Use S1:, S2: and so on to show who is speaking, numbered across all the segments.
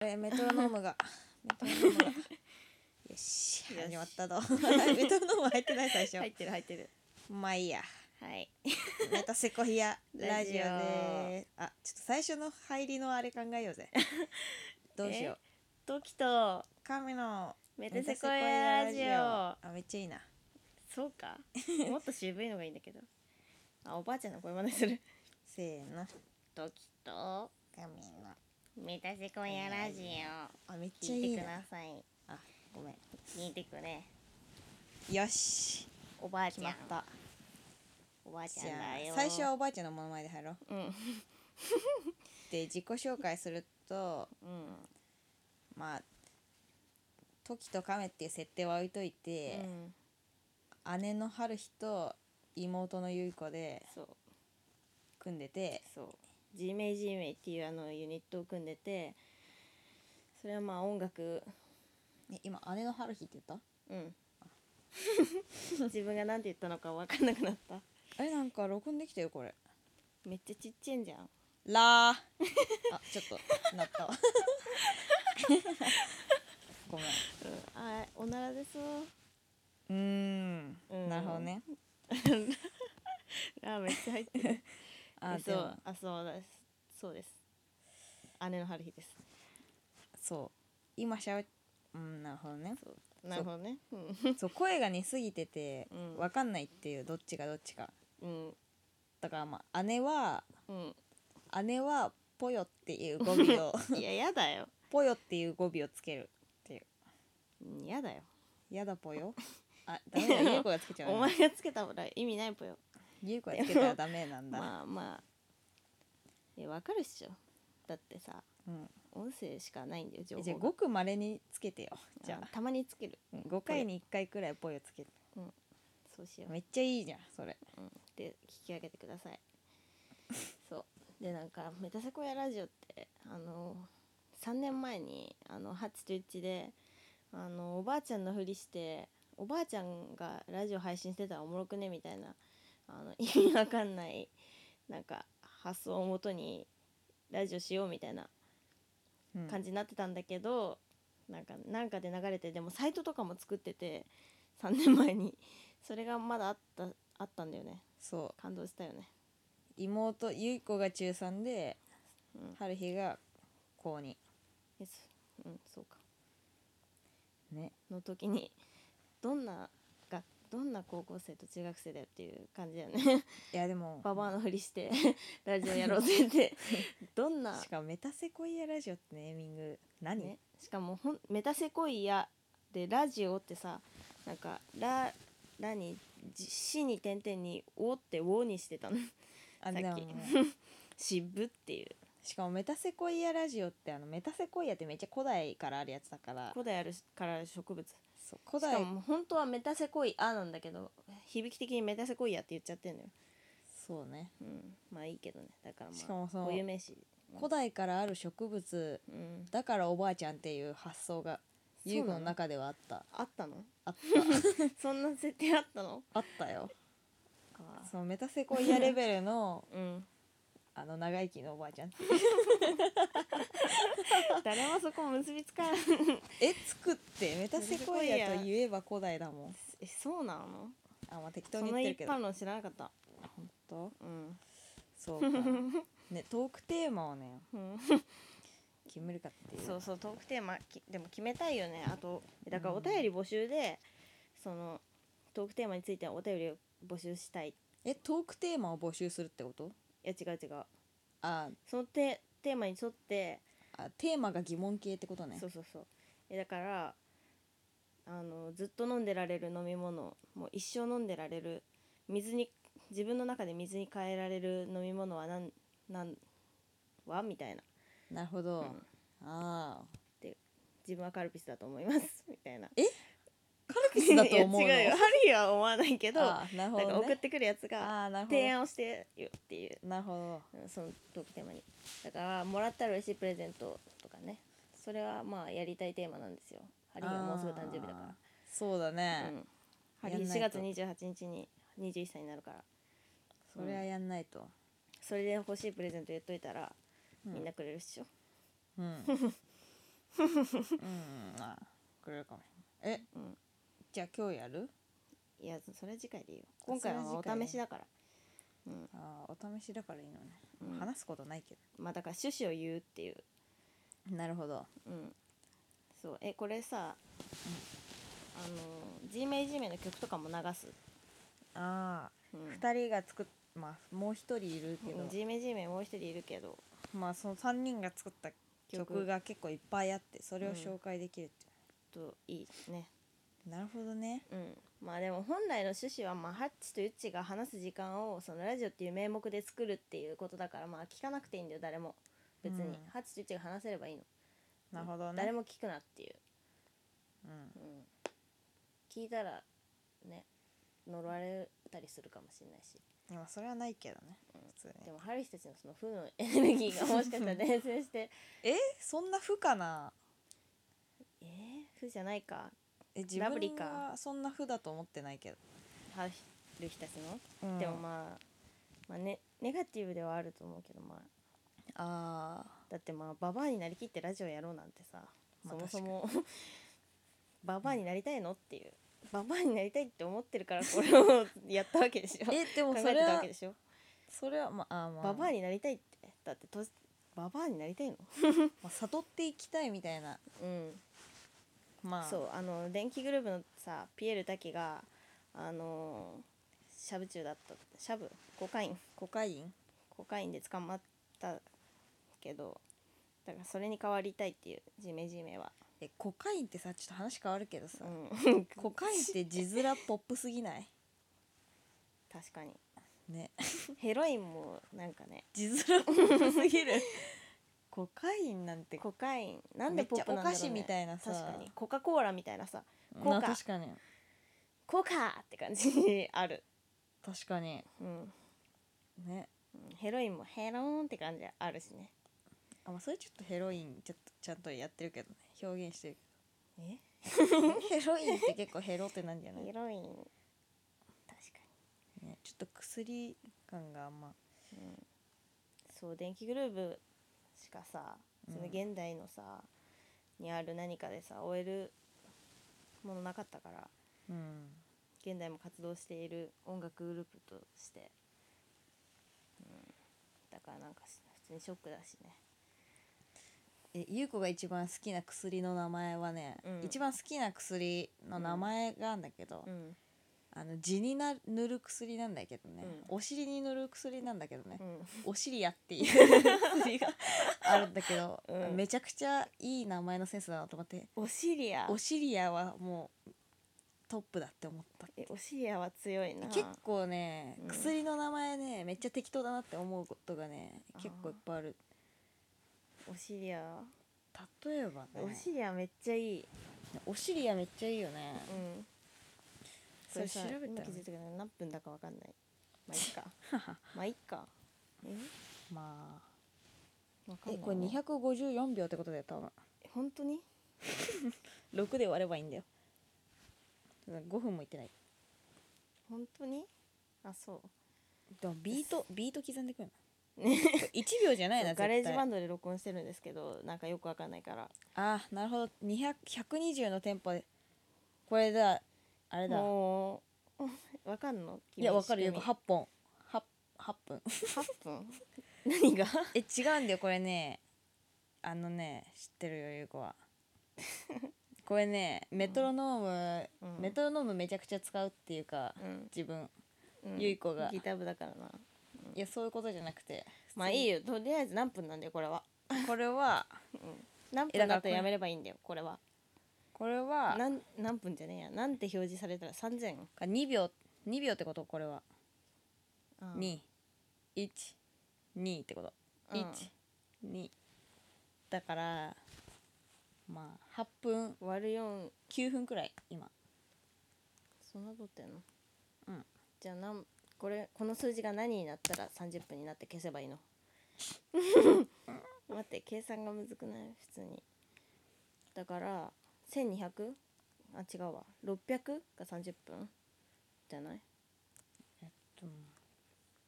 S1: メトロノー ムがメトロノームがよし
S2: よし
S1: 始まったぞメトロノーム入ってない最初、
S2: 入ってる入ってる
S1: まあいいや
S2: はい
S1: メタセコヒアラ
S2: ラ
S1: ジ
S2: ジ
S1: オ
S2: オ
S1: で ーあちょっと最初の入りのあれ考えようぜどうしよう
S2: ドキと
S1: 神の
S2: メテセコイアラジ
S1: あ
S2: オ
S1: めっちゃいいな
S2: そう かもっと渋いのがいいんだけどあおばあちゃんの声真似する
S1: せーの
S2: ドキと
S1: 神の
S2: メテセコイアラジ
S1: あめっ
S2: オ
S1: ちゃい
S2: 聞い
S1: い
S2: てく
S1: な
S2: ださい
S1: あごめん
S2: 聞いてくれ
S1: よし
S2: おばあ
S1: 決
S2: ち
S1: ま
S2: ゃん
S1: った
S2: おばあちゃ
S1: じ
S2: ん
S1: ゃ
S2: だよ
S1: あ最初はおばあちゃんのものまねで入ろう
S2: うんうん
S1: で自己紹介するとまあ時と亀っていう設定は置いといて、
S2: うん
S1: 姉の春日と妹の結子で
S2: そう
S1: 組んでて
S2: そう G メイ G メイっていうあのユニットを組んでてそれはまあ音楽
S1: ね今姉の春日って言っ
S2: うん 自分が何て言ったのか分かんなくなった
S1: たえなんか録音できたよこれ
S2: めっちゃちっちゃいんじゃん
S1: ラーあちょっとな ったわごめん
S2: うん、あおならでそう
S1: うーん
S2: うん
S1: なるほどね
S2: あめっちゃ入ってる
S1: あ
S2: そ
S1: でも
S2: うあそうですそうです姉の春日です
S1: そう今しゃべうんなるほどね
S2: そうなるほどねう
S1: そう声が似すぎてて
S2: うん
S1: 分かんないっていうどっちがどっちか
S2: ん
S1: だからまあ姉は
S2: うん、
S1: 姉はぽよっていう語尾 を
S2: うん、いややだよ
S1: ぽよっていう語尾をつけるっていう
S2: うんやだよ
S1: やだぽよあダメ だゆうこがつけちゃう
S2: お
S1: な
S2: 前がつけたら意味ないぽよ
S1: ゆうこがつけたらダメなんだ、
S2: まあまあえわかるっしょだってさ
S1: うん、
S2: 音声しかないんだよ情報
S1: じゃあ
S2: が
S1: ごくまれにつけてよじゃ
S2: あ
S1: あ
S2: たまにつける
S1: 5回に1回くらいぽよつけて
S2: そうしよう
S1: めっちゃいいじゃんそれ
S2: うん、で聞き上げてくださいそうでなんか「メタセコヤラジオ」ってあの3年前にあの8と1であのおばあちゃんのふりしておばあちゃんがラジオ配信してたらおもろくねみたいなあの 意味わかんないなんか発想をもとにラジオしようみたいな
S1: うん
S2: 感じになってたんだけど、なんかなんかで流れてでもサイトとかも作ってて3年前にそれがまだあったあったんだよね
S1: そう
S2: 感動したよね
S1: 妹ゆいこが中3で、
S2: うん
S1: 春日が高2
S2: えそうんそうか
S1: ね
S2: の時にどんながどんな高校生と中学生だよっていう感じだよ ね
S1: いやでも
S2: ババアのふりしてラジオやろうぜってどんな
S1: しかもメタセコイアラジオってネーミング何、
S2: ね、しかもほんメタセコイアでラジオってさなんかララにじ死に点々におっておにしてたの
S1: あ
S2: さっき
S1: でも
S2: 渋っていう
S1: しかもメタセコイアラジオってあのメタセコイアってめっちゃ古代からあるやつだから
S2: 古代あるから植物
S1: そう古
S2: しか
S1: 代
S2: も本当はメタセコイアなんだけど響き的にメタセコイアって言っちゃってんのよ
S1: そうね
S2: うんまあいいけどねだからまあ
S1: しかもその
S2: 固有名詞
S1: 古代からある植物
S2: うん
S1: だからおばあちゃんっていう発想が
S2: そうな
S1: ゆ
S2: の
S1: いこの中ではあった
S2: あったの
S1: あった
S2: そんな設定あったの
S1: あったよ
S2: あ
S1: そのメタセコイアレベルの
S2: うん
S1: あの長生きのおばあちゃんって
S2: 誰もそこ結びつかない
S1: えつくってメタセコイアと言えば古代だもん
S2: えそうなの
S1: あまあ適当
S2: そ
S1: に言っ
S2: の
S1: てる
S2: 一
S1: けど
S2: 般論知らなかった
S1: 本 当
S2: うん
S1: そうかねトークテーマをね
S2: うん
S1: 決めるかっていう
S2: そうそうトークテーマきでも決めたいよねあとえだからお便り募集で、そのトークテーマについてはお便りを募集したいい
S1: えトークテーマを募集するってこと
S2: や違う違う
S1: あ
S2: そのテテーマに沿って
S1: あテーマが疑問系ってことね
S2: そうそうそうえだからあのずっと飲んでられる飲み物もう一生飲んでられる水に自分の中で水に変えられる飲み物はなんなんはみたいな
S1: なるほど、
S2: うん
S1: ああ
S2: 自分はカルピスだと思いますみたいな
S1: カルピスだと思うの
S2: いや違うよハリーは思わないけど
S1: あーなるほ
S2: だから
S1: ど、
S2: 送っ
S1: ね、
S2: てくるやつが
S1: ああなるほ
S2: 提案をしてよっていう、
S1: どなるほ
S2: うんそのトークテーマにだからもらったら嬉しいプレゼントとかねそれはまあやりたいテーマなんですよハ
S1: ど
S2: リーはもうすぐ誕生日だか
S1: あ
S2: ら
S1: ーそうだね
S2: う、ん、ハリ
S1: や
S2: ー
S1: んない
S2: 4
S1: と
S2: 月28日に21歳になるから
S1: それはやんないと、
S2: それで欲しいプレゼント言っといたら、
S1: うん
S2: みんなくれるっしょ
S1: うん、うんまあくれるかもしれないえ、
S2: うん
S1: じゃあ今日やる
S2: いやそれは次回でいいよ今回はお試しだから、
S1: あーお試しだからいいのね、
S2: うん
S1: 話すことないけ
S2: まあだから趣旨を言うっていう
S1: どなるほど
S2: うんそうえこれさ、あの G メイ G メイの曲とかも流す、
S1: ああ
S2: うん
S1: 2人が作っまあもう1人いるけど、
S2: G メイ G メイもう一人いるけど
S1: まあその3人が作った曲が結構いっぱいあってそれを紹介できるって、
S2: といいね
S1: なるほどね
S2: うんまあでも本来の趣旨は、まあ、ハッチとユッチが話す時間をそのラジオっていう名目で作るっていうことだからまあ聞かなくていいんだよ誰も別に、
S1: うん
S2: ハッチとユッチが話せればいいの、
S1: なるほどね
S2: 誰も聞くなっていう、
S1: うん
S2: うん、聞いたらね呪われたりするかもしれないし
S1: いやまあそれはないけどね
S2: うん
S1: 普通に
S2: でもハリスたちのその負のエネルギーがもしかしたら伝染して
S1: えそんな負かな
S2: えー、負じゃないか
S1: え自
S2: ラブリ
S1: 分
S2: ーか
S1: がそんな負だと思ってないけど、
S2: ハリスたちの、
S1: うん
S2: でもまあ、まあね、ネガティブではあると思うけどまあ
S1: あ
S2: だってまあババアになりきってラジオやろうなんてさ、
S1: まあ
S2: そもそも ババアになりたいのっていうババアになりたいって思ってるからこれをやったわけでし ょ
S1: えでも
S2: 考え
S1: そ
S2: て
S1: れ
S2: たわ
S1: は
S2: けでしょ
S1: それはまああーまあ
S2: ババアになりたいってだってとババアになりたいの
S1: まあ悟っていきたいみたいな
S2: うん
S1: まあ
S2: そうあの電気グループのさピエール滝があのーシャブ中だったシャブコカイン
S1: コカイン
S2: コカインで捕まったけどだからそれに変わりたいっていうジメジメは、
S1: えコカインってさちょっと話変わるけどさ、
S2: うん
S1: コカインって字面ポップすぎない
S2: 確かに
S1: ね
S2: ヘロインもなんかね
S1: 字面ポップすぎる コカインなんて
S2: コカインなんでポップなんだろう、
S1: め
S2: ね、
S1: っちゃお菓子みたいなさ
S2: 確かにコカ・コーラみたいなさ
S1: まあ
S2: コカ
S1: 確かに
S2: コカーって感じ ある、
S1: 確かに
S2: うん、
S1: ね
S2: ヘロインもヘローンって感じあるしね
S1: あ、まあ、それちょっとヘロインちょっとちゃんとやってるけどね表現してる
S2: え
S1: けど ヘロインって結構ヘロってなんじ ゃない
S2: ヘロイン確か
S1: ね、ちょっと薬感があんま
S2: に、うん、そう電気グルーブしかさその
S1: うん
S2: 現代のさ、にある何かでさ終えるものなかったから
S1: うん
S2: 現代も活動している音楽グループとして、うん、だからなんかし普通にショックだしね
S1: えゆう子が一番好きな薬の名前はね、
S2: うん
S1: 一番好きな薬の名前があるんだけど、
S2: うん
S1: あの地にな塗る薬なんだけどね、
S2: うん
S1: お尻に塗る薬なんだけどね、
S2: うん
S1: お尻や っていう薬があるんだけど、
S2: うん
S1: めちゃくちゃいい名前のセンスだなと思って
S2: オシリア
S1: お尻やはもうトップだって思った
S2: えオシリアは強いな
S1: 結構ね、
S2: うん
S1: 薬の名前ねめっちゃ適当だなって思うことがね結構いっぱいある
S2: オシリア
S1: 例えばね
S2: オシリアめっちゃいい、
S1: お尻やめっちゃいいよね
S2: うん、
S1: それ調べ
S2: 今
S1: た
S2: 気
S1: ら
S2: づいたけど何分だかわかんないまあいいか まあいいかえ
S1: まあ
S2: わかん
S1: え
S2: ない
S1: これ
S2: な
S1: 254秒ってことだよ多分
S2: 本当に
S1: 6で割ればいいんだよ5分もいってない
S2: 本当にあそう
S1: でもビー トビート刻んでくるの1秒じゃないな
S2: ガレージバン
S1: ド
S2: ドで録音してるんですけどなんかよくわかんないから
S1: あーなるほど200 120のテンポでこれだあれだ
S2: もう わかんの
S1: いやわかるよ
S2: 君仕
S1: 8本 8, 8分
S2: 組み8分何が
S1: え違うんだよこれねあのね知ってるよゆう子 はこれねメトロノーム、
S2: うん
S1: メトロノームめちゃくちゃ使うっていうか、
S2: うん
S1: 自分
S2: うん
S1: ゆい子が
S2: ギター部だからない
S1: やそういうことじゃなくて
S2: まあいいよとりあえず何分なんだよこれは
S1: これは
S2: 何分だとやめればいいんだよこれは
S1: これは
S2: なん何分じゃねえやなんて表示されたら3000
S1: か2秒2秒ってことこれは
S2: あー
S1: 212ってこと
S2: うん
S1: 12だからまあ8分
S2: 割る4
S1: 9分くらい今
S2: そんなとってんの
S1: うん
S2: じゃあなんこれこの数字が何になったら30分になって消せばい いの待って計算がむずくない普通にだから 1200? あ違うわ600が30分じゃないあ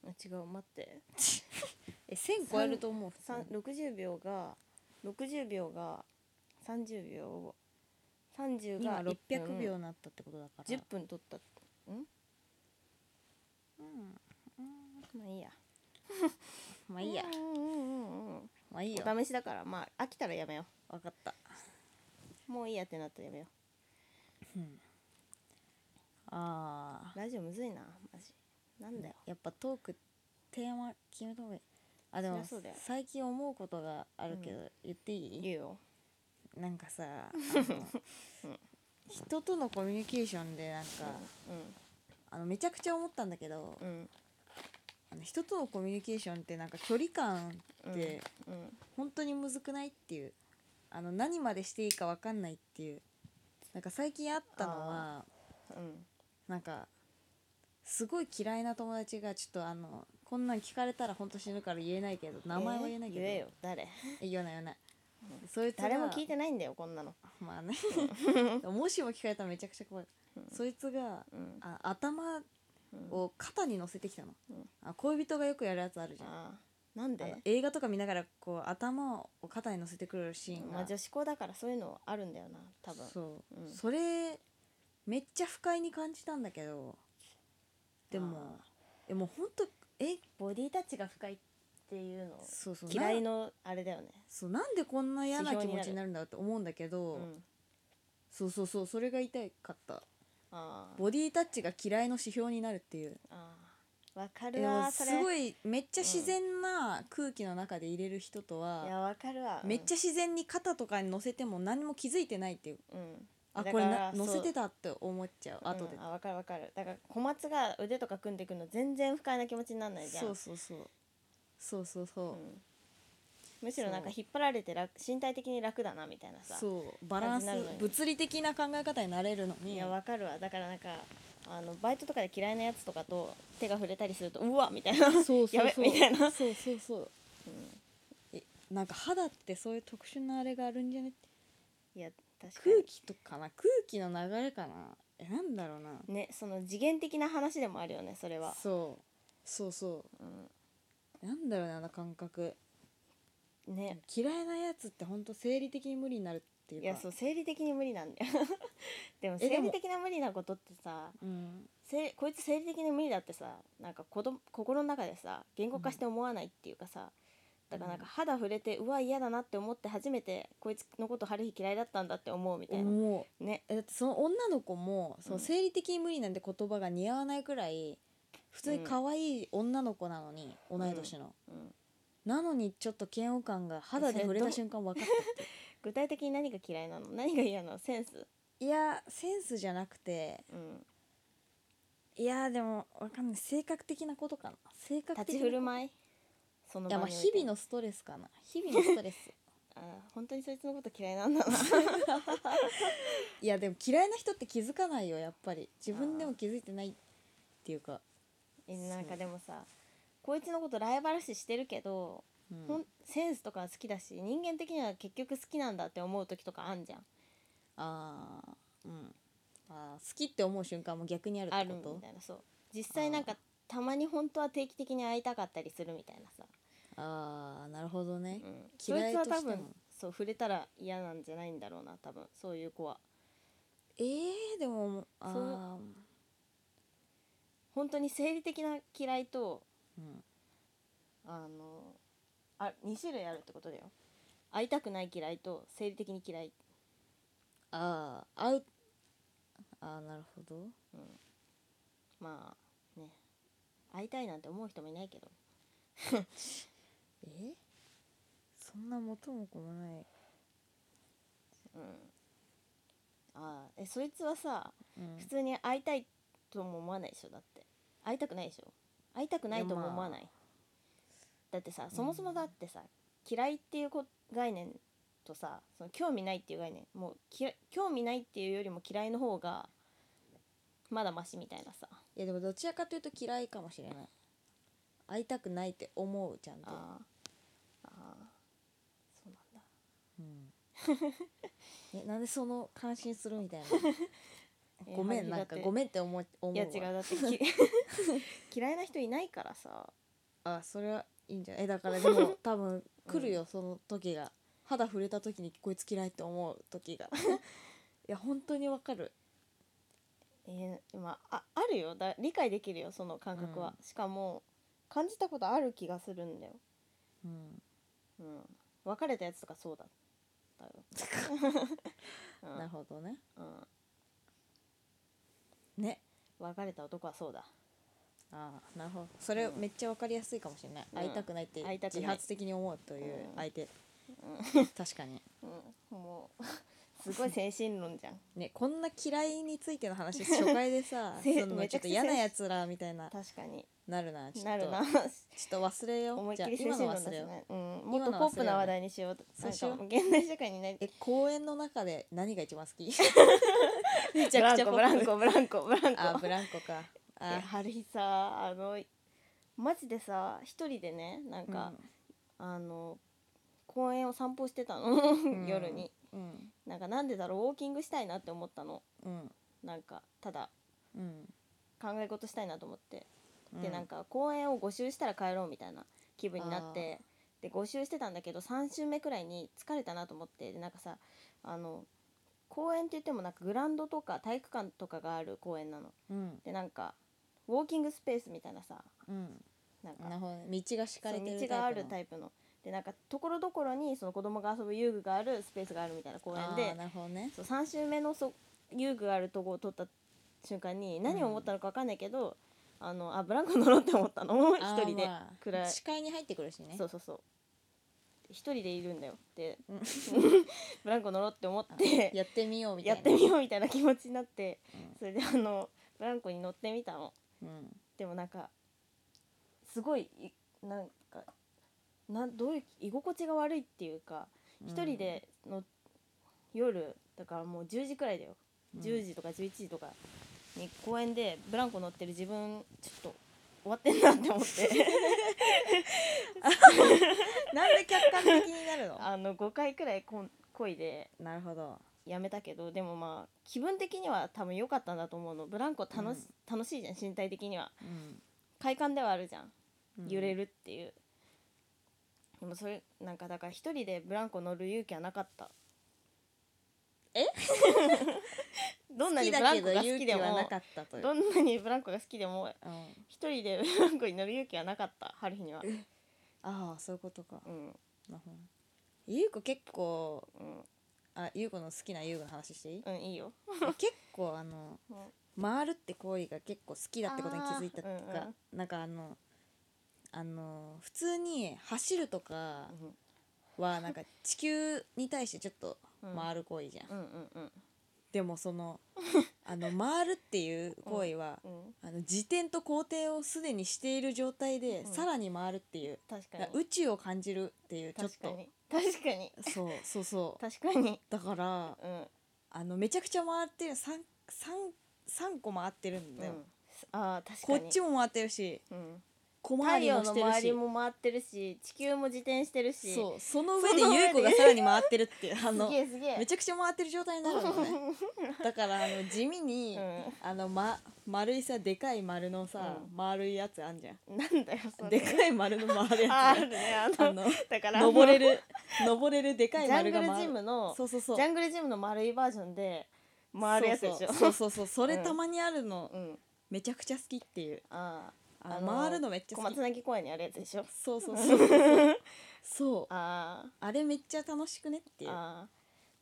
S2: 違う待って
S1: え1000超えると思う普通
S2: さん60秒が60秒が30秒を30
S1: 今
S2: が1
S1: 600
S2: 分
S1: 秒になったってことだから
S2: 10分取った
S1: うん
S2: まあいいや
S1: まあいいや
S2: うんうんうんうん
S1: まあいいよ
S2: お試しだからまあ飽きたらやめよ
S1: 分かった
S2: うもういいやってなったらやめよ
S1: あ
S2: うラジオむずいなマジなんだよ
S1: ーやっぱトークテーマ決めた方がいいあで
S2: そ
S1: も
S2: りゃそうだよ
S1: 最近思うことがあるけど、言っていい
S2: 言うよ
S1: なんか さあの人とのコミュニケーションでなんかあのめちゃくちゃ思ったんだけど、
S2: うんうん
S1: あの人とのコミュニケーションってなんか距離感って
S2: うん
S1: 本当にむずくないっていうあの何までしていいか分かんないっていうなんか最近あったのは
S2: うん
S1: なんかすごい嫌いな友達がちょっとあのこんなん聞かれたら本当死ぬから言えないけど名前は言えないけど、
S2: 言えよ誰
S1: え言わない言わない、そいつが
S2: 誰も聞いてないんだよこんなの
S1: まあ ねもしも聞かれたらめちゃくちゃ怖い、そいつが
S2: うん
S1: あ頭を肩に乗せてきたの、
S2: うん
S1: あ恋人がよくやるやつあるじゃん
S2: あーなん
S1: あの
S2: で
S1: 映画とか見ながらこう頭を肩に乗せてくるシーン
S2: まあ
S1: が
S2: 女子校だからそういうのあるんだよな多分
S1: そう、
S2: うん
S1: それめっちゃ不快に感じたんだけどでもえもうほんとえ
S2: ボディタッチが深いっていうの
S1: そうそう
S2: 嫌い
S1: な
S2: のあれだよね
S1: そうなんでこんな嫌な気持
S2: 指標
S1: ち
S2: に
S1: になるんだろうって思うんだけ
S2: う
S1: ど、
S2: ん
S1: そうそうそうそれが痛かった
S2: あー
S1: ボディタッチが嫌いの指標になるっていう
S2: あーわか
S1: で
S2: る
S1: も
S2: わ
S1: す
S2: それ
S1: ごいめっちゃ自然な空気の中で入れる人と
S2: い
S1: は、
S2: やわかるわ
S1: めっちゃ自然に肩とかに乗せても何も気づいてないっていう
S2: ゃうん
S1: あ
S2: だ
S1: これ
S2: か
S1: な
S2: ら
S1: 乗せて
S2: そう
S1: たって思っちゃう後で
S2: うん、あわかるわかるだから小松が腕とか組んでくの全然不快な気持ちにならないじゃん
S1: そうそうそうそうそうそう、
S2: うんむしろなんか
S1: そう
S2: 引っ張られて楽身体的に楽だなみたいなさ
S1: そうバランス
S2: 感じになるのよ
S1: 物理的な考え方になれるの
S2: い
S1: に
S2: やわかるわだからなんかあのバイトとかで嫌いなやつとかと手が触れたりするとうわみたいな
S1: そうそうそう
S2: やべみたいな
S1: そうそうそう、えなんか肌ってそういう特殊なあれがあるんじゃね
S2: いや確か
S1: 空気とかな空気の流れかなえなんだろうな
S2: にねその次元的な話でもあるよねそれは、
S1: そうそうそううなんだろうなあの感覚
S2: ん、ね
S1: 嫌いなやつってほんと生理的に無理になるっていう
S2: い
S1: か
S2: やそう生理的に無理なんだよ でも
S1: えで
S2: 生
S1: も
S2: 理的な無理なことってさ
S1: うん
S2: せいこいつ生理的に無理だってさなんか子供心の中でさ言語化して思わないっていうかさ、だからなんか肌触れてうわ嫌だなって思って初めてこいつのこと春日嫌いだったんだって思うみたいな、
S1: 思う
S2: ね
S1: えだってその女の子もそうの
S2: ん
S1: 生理的に無理なんて言葉が似合わないくらい普通に可愛い女の子なのに、同い年の、
S2: うん
S1: なのにちょっと嫌悪感が肌で触れた瞬間分かったってい
S2: 具体的に何が嫌いなの何が嫌なのセンス、
S1: う いやセンスじゃなくて
S2: うん、
S1: いやでも分かんない性格的なことかな性格
S2: 立
S1: 的
S2: ち
S1: な
S2: 振る舞いその
S1: いやまあ
S2: におい
S1: 日
S2: て
S1: 々のストレスかな日々のストレス
S2: あー本当にそいつのこと嫌いなんだな
S1: いやでも嫌いな人って気づかないよやっぱり自分でも気づいてないっていうか、
S2: えなんかでもさこいつのことライバル視してるけど
S1: うん
S2: ほんセンスとかは好きだし人間的には結局好きなんだって思う時とかあんじゃん
S1: あーうんあー好きって思う瞬間も逆にあるっ
S2: あ
S1: て
S2: るみ
S1: こ
S2: たいなそう実際なんかたまに本当は定期的に会いたかったりするみたいなさ、
S1: とああなるほどね
S2: う、ん、そ
S1: 嫌
S2: い
S1: い
S2: つ
S1: と
S2: は
S1: しても
S2: 多分そう触れたら嫌なんじゃないんだろうな多分そういう子は
S1: えー、でもあ
S2: そう
S1: ー
S2: 本当に生理的な嫌いと
S1: うん
S2: あのあ2種類あるってことだよ会いたくない嫌いと生理的に嫌い
S1: あー会うあーなるほど
S2: まあね会いたいなんて思う人もいないけど
S1: えそんな元も子もない、
S2: うんあーえそいつはさ
S1: うん
S2: 普、通に会いたいとも思わないでしょだって会いたくないでしょ会いたくないとも思わない、だってさそもそもだってさ、嫌いっていうこ概念とさその興味ないっていう概念もうきら興味ないっていうよりも嫌いの方がまだマシみたいなさ
S1: いやでもどちらかというと嫌いかもしれない会いたくないって思うちゃんと、
S2: あーあーそうなんだ
S1: うん、えなんで その感心するみたい な
S2: え
S1: ごめ
S2: 恥
S1: ん
S2: ずか
S1: なんか
S2: しい
S1: ごめんって思う思う
S2: いや違う
S1: わ
S2: だってき 嫌いな人いないからさ
S1: あそれはいいんじゃないえだからでも多分来るよ、その時が
S2: 肌触れた時にこいつ嫌いって思う時 がいや本当にわかるえー、まあああるよだ理解できるよその感覚は、しかも感じたことある気がするんだよ
S1: うん、
S2: うん別れたやつとかそうだ だよ、う
S1: なる
S2: ん
S1: ほどね
S2: うん、
S1: ね
S2: 別れた男はそうだ
S1: ああなるほどそれ
S2: うん
S1: めっちゃ分かりやすいかもしれない、
S2: うん
S1: 会いたくないって
S2: 会いたくない
S1: 自発的に思うという
S2: うん
S1: 相手、確かに
S2: うん、もう すごい精神論 じゃん
S1: ねこんな嫌いについての話初回でさ
S2: せ
S1: その
S2: め
S1: ち
S2: ち
S1: ょっ
S2: ゃく
S1: と
S2: ちゃ
S1: 嫌なやつらみたいな
S2: 確かに
S1: なるなちょっと
S2: な るな
S1: ちょっと忘れよ
S2: 思
S1: う
S2: いっ
S1: じゃあ
S2: きり精
S1: 今
S2: 神
S1: の
S2: 論だし
S1: 忘れよう、
S2: ね、うん、も
S1: 今
S2: っ
S1: の忘れよう
S2: とポップな話題にしようと
S1: そうしよう
S2: なんかも現代社会にない
S1: え公園の中で何が一番好きめ
S2: ブランコ
S1: ポ
S2: ブラン
S1: ップ
S2: コブランコブラ ンコ
S1: あブランコかあ
S2: で春日さあのマジでさ一人でねなんか、あの公園を散歩してたの、
S1: ん
S2: 夜に
S1: うん
S2: なんかなんでだろうウォーキングしたいなって思ったの
S1: うん
S2: なんかただ
S1: うん
S2: 考え事したいなと思って、
S1: う
S2: でなんか公園を5周したら帰ろうみたいな気分になってで5周してたんだけど3周目くらいに疲れたなと思ってでなんかさあの公園って言ってもなんかグラウンドとか体育館とかがある公園なの
S1: うん
S2: でなんかウォーキングスペースみたいなさ
S1: うん
S2: なんか
S1: なるほどね道が敷か
S2: そ
S1: れ
S2: う
S1: てる
S2: 道がある
S1: の
S2: タイプのでなんかところどころにその子供が遊ぶ遊具があるスペースがあるみたいな公園
S1: あー
S2: で
S1: なるほどね
S2: そう3周目のそ遊具があるとこを取った瞬間に何を思ったのか分かんないけど、あのあブランコ乗ろうって思った の
S1: あ
S2: 一
S1: ー
S2: 人で、
S1: まあ
S2: 暗い
S1: 視界に入ってくるしね
S2: そうそうそう一人でいるんだよって、
S1: うん
S2: ブランコ乗ろうって思っ
S1: あ
S2: て
S1: やってみようみたい
S2: や
S1: な
S2: ってみようみたいな気持ちになって
S1: うん
S2: それであのブランコに乗ってみたの。
S1: うん
S2: でもなんかすごいいなんかなんどういう居心地が悪いっていうか
S1: うん
S2: 一、人での夜だからもう10時くらいだよ、
S1: うん
S2: 10時とか11時とかに公園でブランコ乗ってる自分ちょっと終わってんなって思って
S1: なんで客観的にな るの
S2: あの5回くらいこん恋で
S1: なるほど
S2: やめたけどでもまあ気分的には多分良かったんだと思うのブランコ楽し,、楽しいじゃん身体的には
S1: うん
S2: 快感ではあるじゃん揺れ
S1: る
S2: るっていう、でもそれなんかだから一人でブランコ乗る勇気はなかった
S1: え
S2: どんな
S1: 好
S2: に
S1: き
S2: ブ
S1: だ
S2: ラ
S1: け
S2: ンコ
S1: ど
S2: が
S1: 勇
S2: 好き
S1: 気
S2: で
S1: はな
S2: も
S1: かったという
S2: どんなにブランコが好きでも
S1: うん
S2: 一人でブランコに乗る勇気はなかった春日には
S1: ああそういうことか
S2: うん
S1: なるほどゆうこ結構
S2: うん
S1: あゆうこの好きなゆうこの話していい
S2: うんいいよ
S1: 結構あの
S2: うん
S1: 回るって行為が結構好きだってことに気づいたっていう
S2: あー
S1: か
S2: うん
S1: なんかあのあの普通に走るとか
S2: うん
S1: はなんか地球に対してちょっと
S2: うん
S1: 回る行為じゃん、
S2: うんうんうん
S1: でもそ のあの回るっていう行為は、
S2: うん
S1: あの自転と後転をすでにしている状態で、
S2: うん
S1: さらに回るっていう
S2: 確か
S1: だから
S2: に
S1: 宇宙を感じるっていうちょっ
S2: 確か
S1: と
S2: に確かに
S1: そうそうそう
S2: 確かに
S1: だから
S2: うん
S1: あのめちゃくちゃ回ってる 3, 三個回ってるんだよ、
S2: うんあー確か
S1: こ
S2: に
S1: っちも回ってるし
S2: うん
S1: 小
S2: 太
S1: 回り
S2: 陽
S1: もし
S2: の
S1: てる
S2: 周
S1: し
S2: りも回ってるし地球も自転してるし
S1: そうその上で
S2: その上で
S1: 優子がさらに回ってるっていうあ
S2: す
S1: の
S2: げえすげえ
S1: めちゃくちゃ回ってる状態になるのね だからあの地味に、
S2: う
S1: あの、ま、丸いさでかい丸のさ、
S2: うん
S1: 丸いやつあんじゃん
S2: ん、なんだよそれ
S1: でかい丸の回る
S2: あ
S1: や
S2: あるねあ
S1: つ
S2: の
S1: あの
S2: だから
S1: 登れ
S2: る
S1: る登れるで
S2: ジ
S1: かい
S2: ャン
S1: 丸が
S2: グ
S1: 回る
S2: ルジムの
S1: そうそうそう
S2: ジャングルジムの丸いバージョンで回るやつでしょ
S1: そうそうそうそうそれ
S2: うん
S1: たまにあるの、
S2: うん
S1: めちゃくちゃ好きっていう
S2: あ
S1: あ
S2: あ
S1: の
S2: の
S1: 回るのめっちゃ
S2: ー小
S1: 好き
S2: 松崎公園にあるやつでしょ
S1: そうそうそう そうそう
S2: あ
S1: あれめっちゃ楽しくねって
S2: ー
S1: いう
S2: あー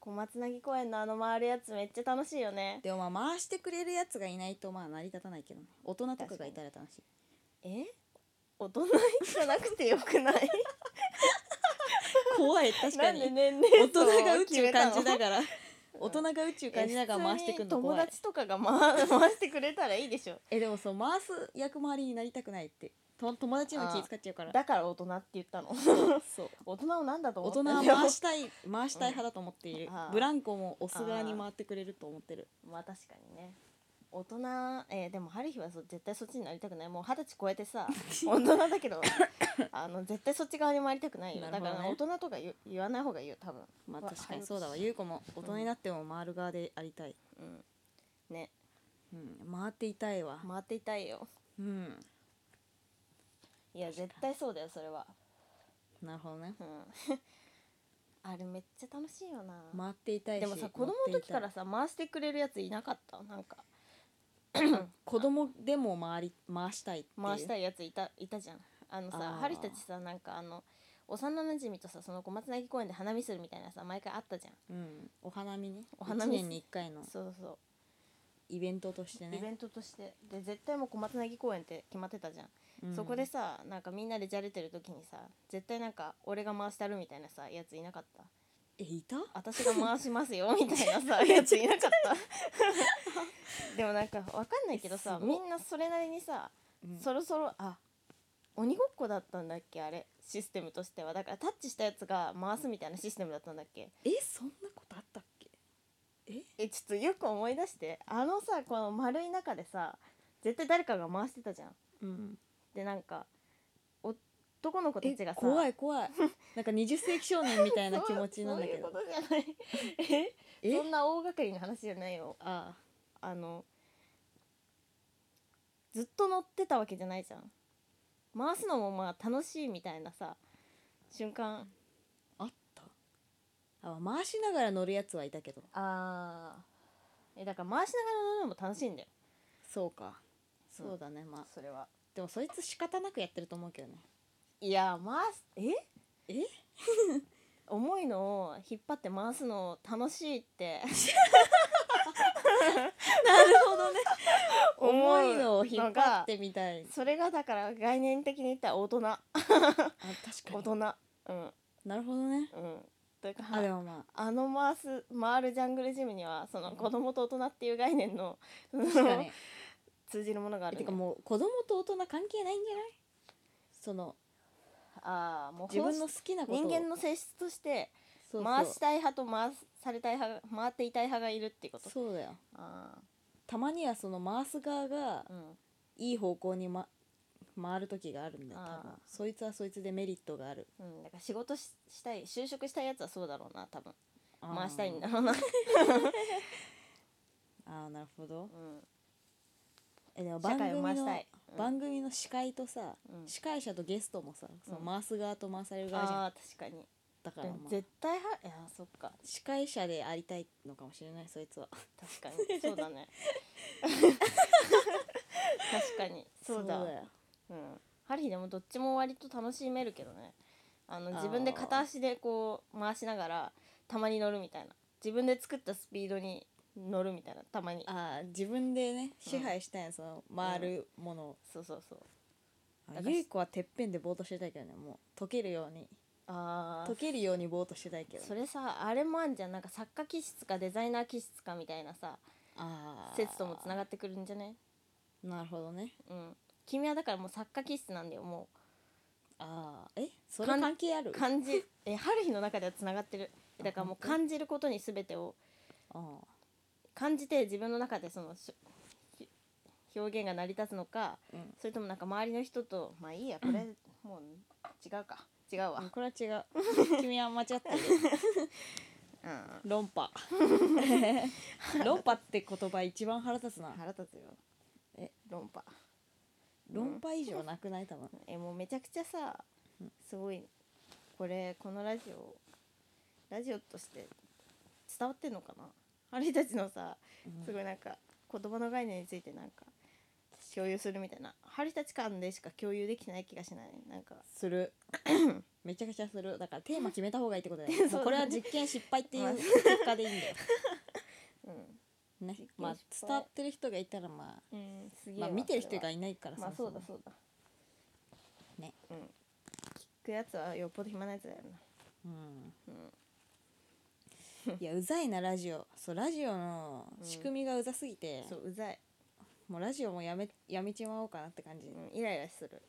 S2: 小松崎公園のあの回るやつめっちゃ楽しいよね
S1: でもまあ回してくれるやつがいないとまあ成り立たないけどね大人とかがいたら楽しい
S2: え大人じゃなくてよくない
S1: 怖い確か
S2: なん
S1: に
S2: で年
S1: 大
S2: 齢層
S1: 人
S2: を
S1: が宇
S2: 決
S1: 宙
S2: めたの
S1: 感じながら大人が宇宙感じながら回してくるの怖
S2: え
S1: い
S2: 普通に友達とかが 回回してくれたらいいでしょ
S1: えでもそう回す役回りになりたくないってと友達にも気使っちゃうから
S2: だから大人って言ったの
S1: そう
S2: 大人をなんだと
S1: 大
S2: 思って
S1: 人
S2: んだ
S1: は
S2: よ
S1: 回したい回したい派だと思っている、
S2: うんあー
S1: ブランコもオス側に回ってくれると思ってる
S2: まあ確かにね大人、えーでも春日はそ絶対そっちになりたくないもう二十歳超えて さ大人だけど あの絶対そっち側に回りたくないよ、
S1: なる
S2: だ
S1: ほ
S2: か
S1: どね
S2: ら大人とか言う言わない方がいいよ多分
S1: まあ
S2: わ
S1: 確かにそうだわ優子も大人になっても回る側でありたい、
S2: うんね
S1: うん、回っていたいわ、
S2: 回っていたいよ
S1: うん
S2: いや絶対そうだよそれは
S1: なるほどね
S2: うん あれめっちゃ楽しいよな、
S1: 回っていたいし
S2: でもさ子供の時からさ回してくれるやついなかったなんか
S1: 子供でも回り回したいっていう
S2: 回したいやついたいたじゃんあのさ
S1: あー
S2: 春日たちさなんかあの幼なじみとさその小松菜木公園で花見するみたいなさ毎回あったじゃん
S1: うん、お花見ね
S2: お花見
S1: 1年に1回の
S2: そうそ
S1: イベントとして
S2: う、
S1: ね
S2: イベントとしてで絶対もう小松菜木公園って決まってたじゃん、
S1: うん
S2: そこでさなんかみんなでじゃれてる時にさ絶対なんか俺が回してあるみたいなさやついなかった
S1: えいた
S2: 私が回しま すよみたいなさやついなかった でもなんかわかんないけどさ
S1: すご
S2: み
S1: っ
S2: んなそれなりにさ、そろそろあ鬼ごっこだったんだっけあれシステムとしてはだからタッチしたやつが回すみたいなシステムだったんだっけ
S1: えそんなことあったっけ
S2: えちょっとよく思い出してあのさこの丸い中でさ絶対誰かが回してたじゃん
S1: うん
S2: でなんかお男の子た
S1: え
S2: ちがさ
S1: 怖
S2: い
S1: い怖 いなんか20世紀少年みたいな気持ちなんだけ
S2: そ
S1: ど
S2: ういうことじゃないえ
S1: え
S2: そんな大掛かりな話じゃないよ
S1: あ
S2: あのずっと乗ってたわけじゃないじゃん回すのもまあ楽しいみたいなさ瞬間
S1: ああったあ回しながら乗るやつはいたけど
S2: あえだから回しながら乗るのも楽しいんだよ
S1: そうかそうだね、まあ
S2: それは
S1: でもそいつ仕方なくやってると思うけどね
S2: いや回すえ
S1: え
S2: 重いのを引っ張って回すの楽しいって
S1: なるほどね
S2: 思う
S1: 重いのを引っ張ってみたい
S2: それがだから概念的に言ったら大 人
S1: あ
S2: 大
S1: 確か
S2: 人うん
S1: になるほどね
S2: うんだから
S1: あでも ま
S2: あの回す回るジャングルジムにはその子供と大人っていう概念の
S1: あ確かに
S2: 通じるものがあ
S1: え
S2: る、
S1: て
S2: ね
S1: か、もう子供と大人関係ないんじゃないその
S2: ああもう
S1: 自分の
S2: 本
S1: 好きなことを
S2: 人間の性質として
S1: そうそう
S2: 回したい派と回されたい派が回っていたい派がいるっていうこと
S1: そうだよ
S2: あ
S1: たまにはその回す側が
S2: あうん
S1: いい方向に、ま、回る時があるんだよ多分
S2: あー
S1: そいつはそいつでメリットがある
S2: うん、だから仕事ししたい就職したいやつはそうだろうな多分
S1: あー
S2: 回したいんだろ うな、
S1: ああなるほど
S2: うん、
S1: えでも
S2: 社
S1: 番組
S2: 会を回した
S1: の
S2: い、うん
S1: 番組の司会とさ、
S2: うん
S1: 司会者とゲストもさその
S2: うん
S1: 回す側と回される側じゃん、
S2: ああ確かに
S1: だから、
S2: で
S1: ま
S2: も
S1: あ
S2: 絶対派いやーそっか
S1: 司会者でありたいのかもしれないそいつは
S2: 確かにそうだね 確かにそうだ
S1: よ
S2: うん、ハリーでもどっちも割と楽しめるけどねあの
S1: あー
S2: 自分で片足でこう回しながらたまに乗るみたいな自分で作ったスピードに乗るみたいなたまに
S1: あー自分でね支配したいんその回るものを、
S2: そうそうそう
S1: あ
S2: だから
S1: ゆい子はてっぺんでぼーっとしてたけどねもう溶けるように
S2: あ
S1: 溶けるようにぼーっとしてたけど
S2: それさあれもあんじゃんなんか作家気質かデザイナー気質かみたいなさ
S1: あー
S2: 説ともつながってくるんじゃね
S1: なるほどね
S2: うん君はだからもう作家気質なんだよも
S1: ああえそれ
S2: かん
S1: 関係あ
S2: う
S1: る
S2: 感じえ春日の中ではつながってるだからもう
S1: あ本当
S2: 感じることに全てを
S1: あ
S2: 感じて自分の中でそのしひ表現が成り立つのか
S1: ー、うん
S2: それともなんか周りの人とまあいいやこれもう違うか違うわ
S1: うん、これは違う君は間違って る
S2: うん、
S1: 論 破論破って言葉一番腹立つな
S2: 腹立つよ
S1: え
S2: 論破
S1: 論破以上なくない多分
S2: えもうめちゃくちゃさすごいこれこのラジオラジオとして伝わってんのかなあれたちのさ
S1: うん
S2: すごいなんか言葉の概念についてなんか共有するみたいな春たち間でしか共有できてない気がしないなんか
S1: す るめちゃくちゃするだからテーマ決めた方がいいってことだよ、
S2: そうだね
S1: もうこれは実験失敗ってい
S2: まあ
S1: う結果でいいんだよ、
S2: うん
S1: ね
S2: 実験失敗
S1: まあ、伝わってる人がいたらまあ
S2: うん、すげえ
S1: ま
S2: わ
S1: あ、見てる
S2: そ
S1: 人
S2: れは
S1: がいないから
S2: まあそうだ
S1: う
S2: そうだ
S1: ね
S2: うん聞くやつはよっぽど暇なやつだよ
S1: うん、いやうざいなラジオそうラジオの仕組みがうざすぎて
S2: な、そううざい、
S1: もうラジオもやめやめちまおうかなって感じ、
S2: うん、イライラす る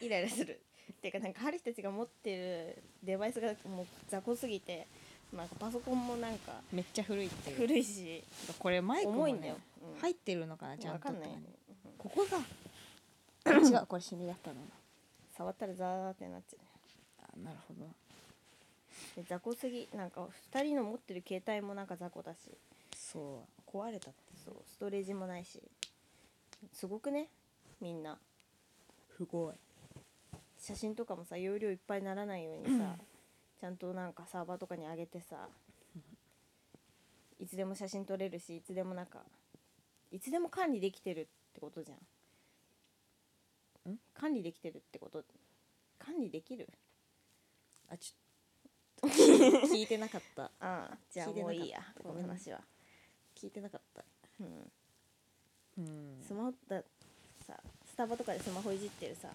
S2: イライラするっていうかなんか春日たちが持ってるデバイスがもう雑魚すぎてなんかパソコンもなんか
S1: めっちゃ古いっていう
S2: 古いし
S1: これマイクも、
S2: 重
S1: ね、
S2: いんだよ、うん、
S1: 入ってるのかなちゃ
S2: わ
S1: んと
S2: か
S1: って
S2: んない
S1: 感じここが違うこれシミだったの
S2: 触ったらザーってなっちゃ
S1: あなるほど
S2: うで雑魚すぎなんか2人の持ってる携帯もなんか雑魚だし
S1: そう壊れたって
S2: そうストレージもないしすごくねみんな
S1: すごい
S2: 写真とかもさ容量いっぱいにならないようにさ、ちちゃんとなんかサーバーとかに上げてさいつでも写真撮れるしいつでもなんかいつでも管理できてるってことじゃん
S1: ん
S2: 管理できてるってこと管理できる
S1: あちょっと聞いて なかった
S2: ああじゃあ
S1: 聞いてなか
S2: もう
S1: った
S2: いいやこの話は、
S1: 聞いてなかった
S2: うん、
S1: うん
S2: スマホださスタバとかでスマホいじってるさ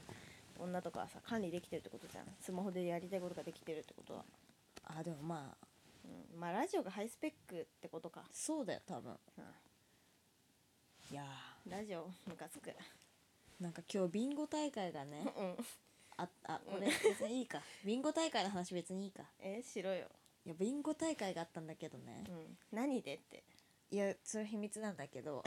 S2: 女とかはさ管理できてるってことじゃんスマホでやりたいことができてるってことは、
S1: あでもまあ
S2: うん、まあラジオがハイスペックってことか、
S1: そうだよ多分
S2: う
S1: いや
S2: ん、ラジオムカつく
S1: ーなんか今日ビンゴ大会がね
S2: うん
S1: ああこれ別にいいかビンゴ大会の話別にいいか
S2: えしろよ、
S1: いやビンゴ大会があったんだけどね
S2: うん、何でって
S1: いやそれ秘密なんだけ ど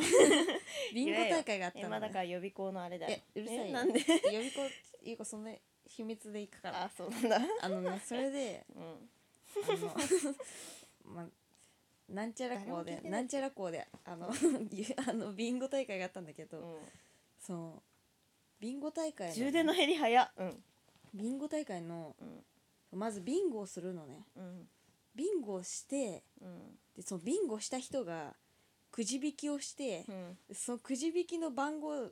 S1: ビンゴ大会があった
S2: え
S1: の、
S2: まあだ
S1: ね
S2: から予備校のあれだよ
S1: えうるさいよ
S2: えなんで
S1: 予備校ゆうこそんな秘密で行くから
S2: あそうなんだ
S1: あのねそれで
S2: うん
S1: あの まあなんちゃら校
S2: 誰も聞
S1: で
S2: いてな
S1: ないんちゃら校であの あのビンゴ大会があったんだけど、
S2: う
S1: そのビンゴ大会
S2: ん、
S1: の
S2: 充電の減り早っうん
S1: ビンゴ大会の
S2: うん
S1: まずビンゴをするのね
S2: うん
S1: ビンゴをして
S2: うん
S1: でそのビンゴした人がくじ引きをして
S2: う、ん
S1: そのくじ引きの番号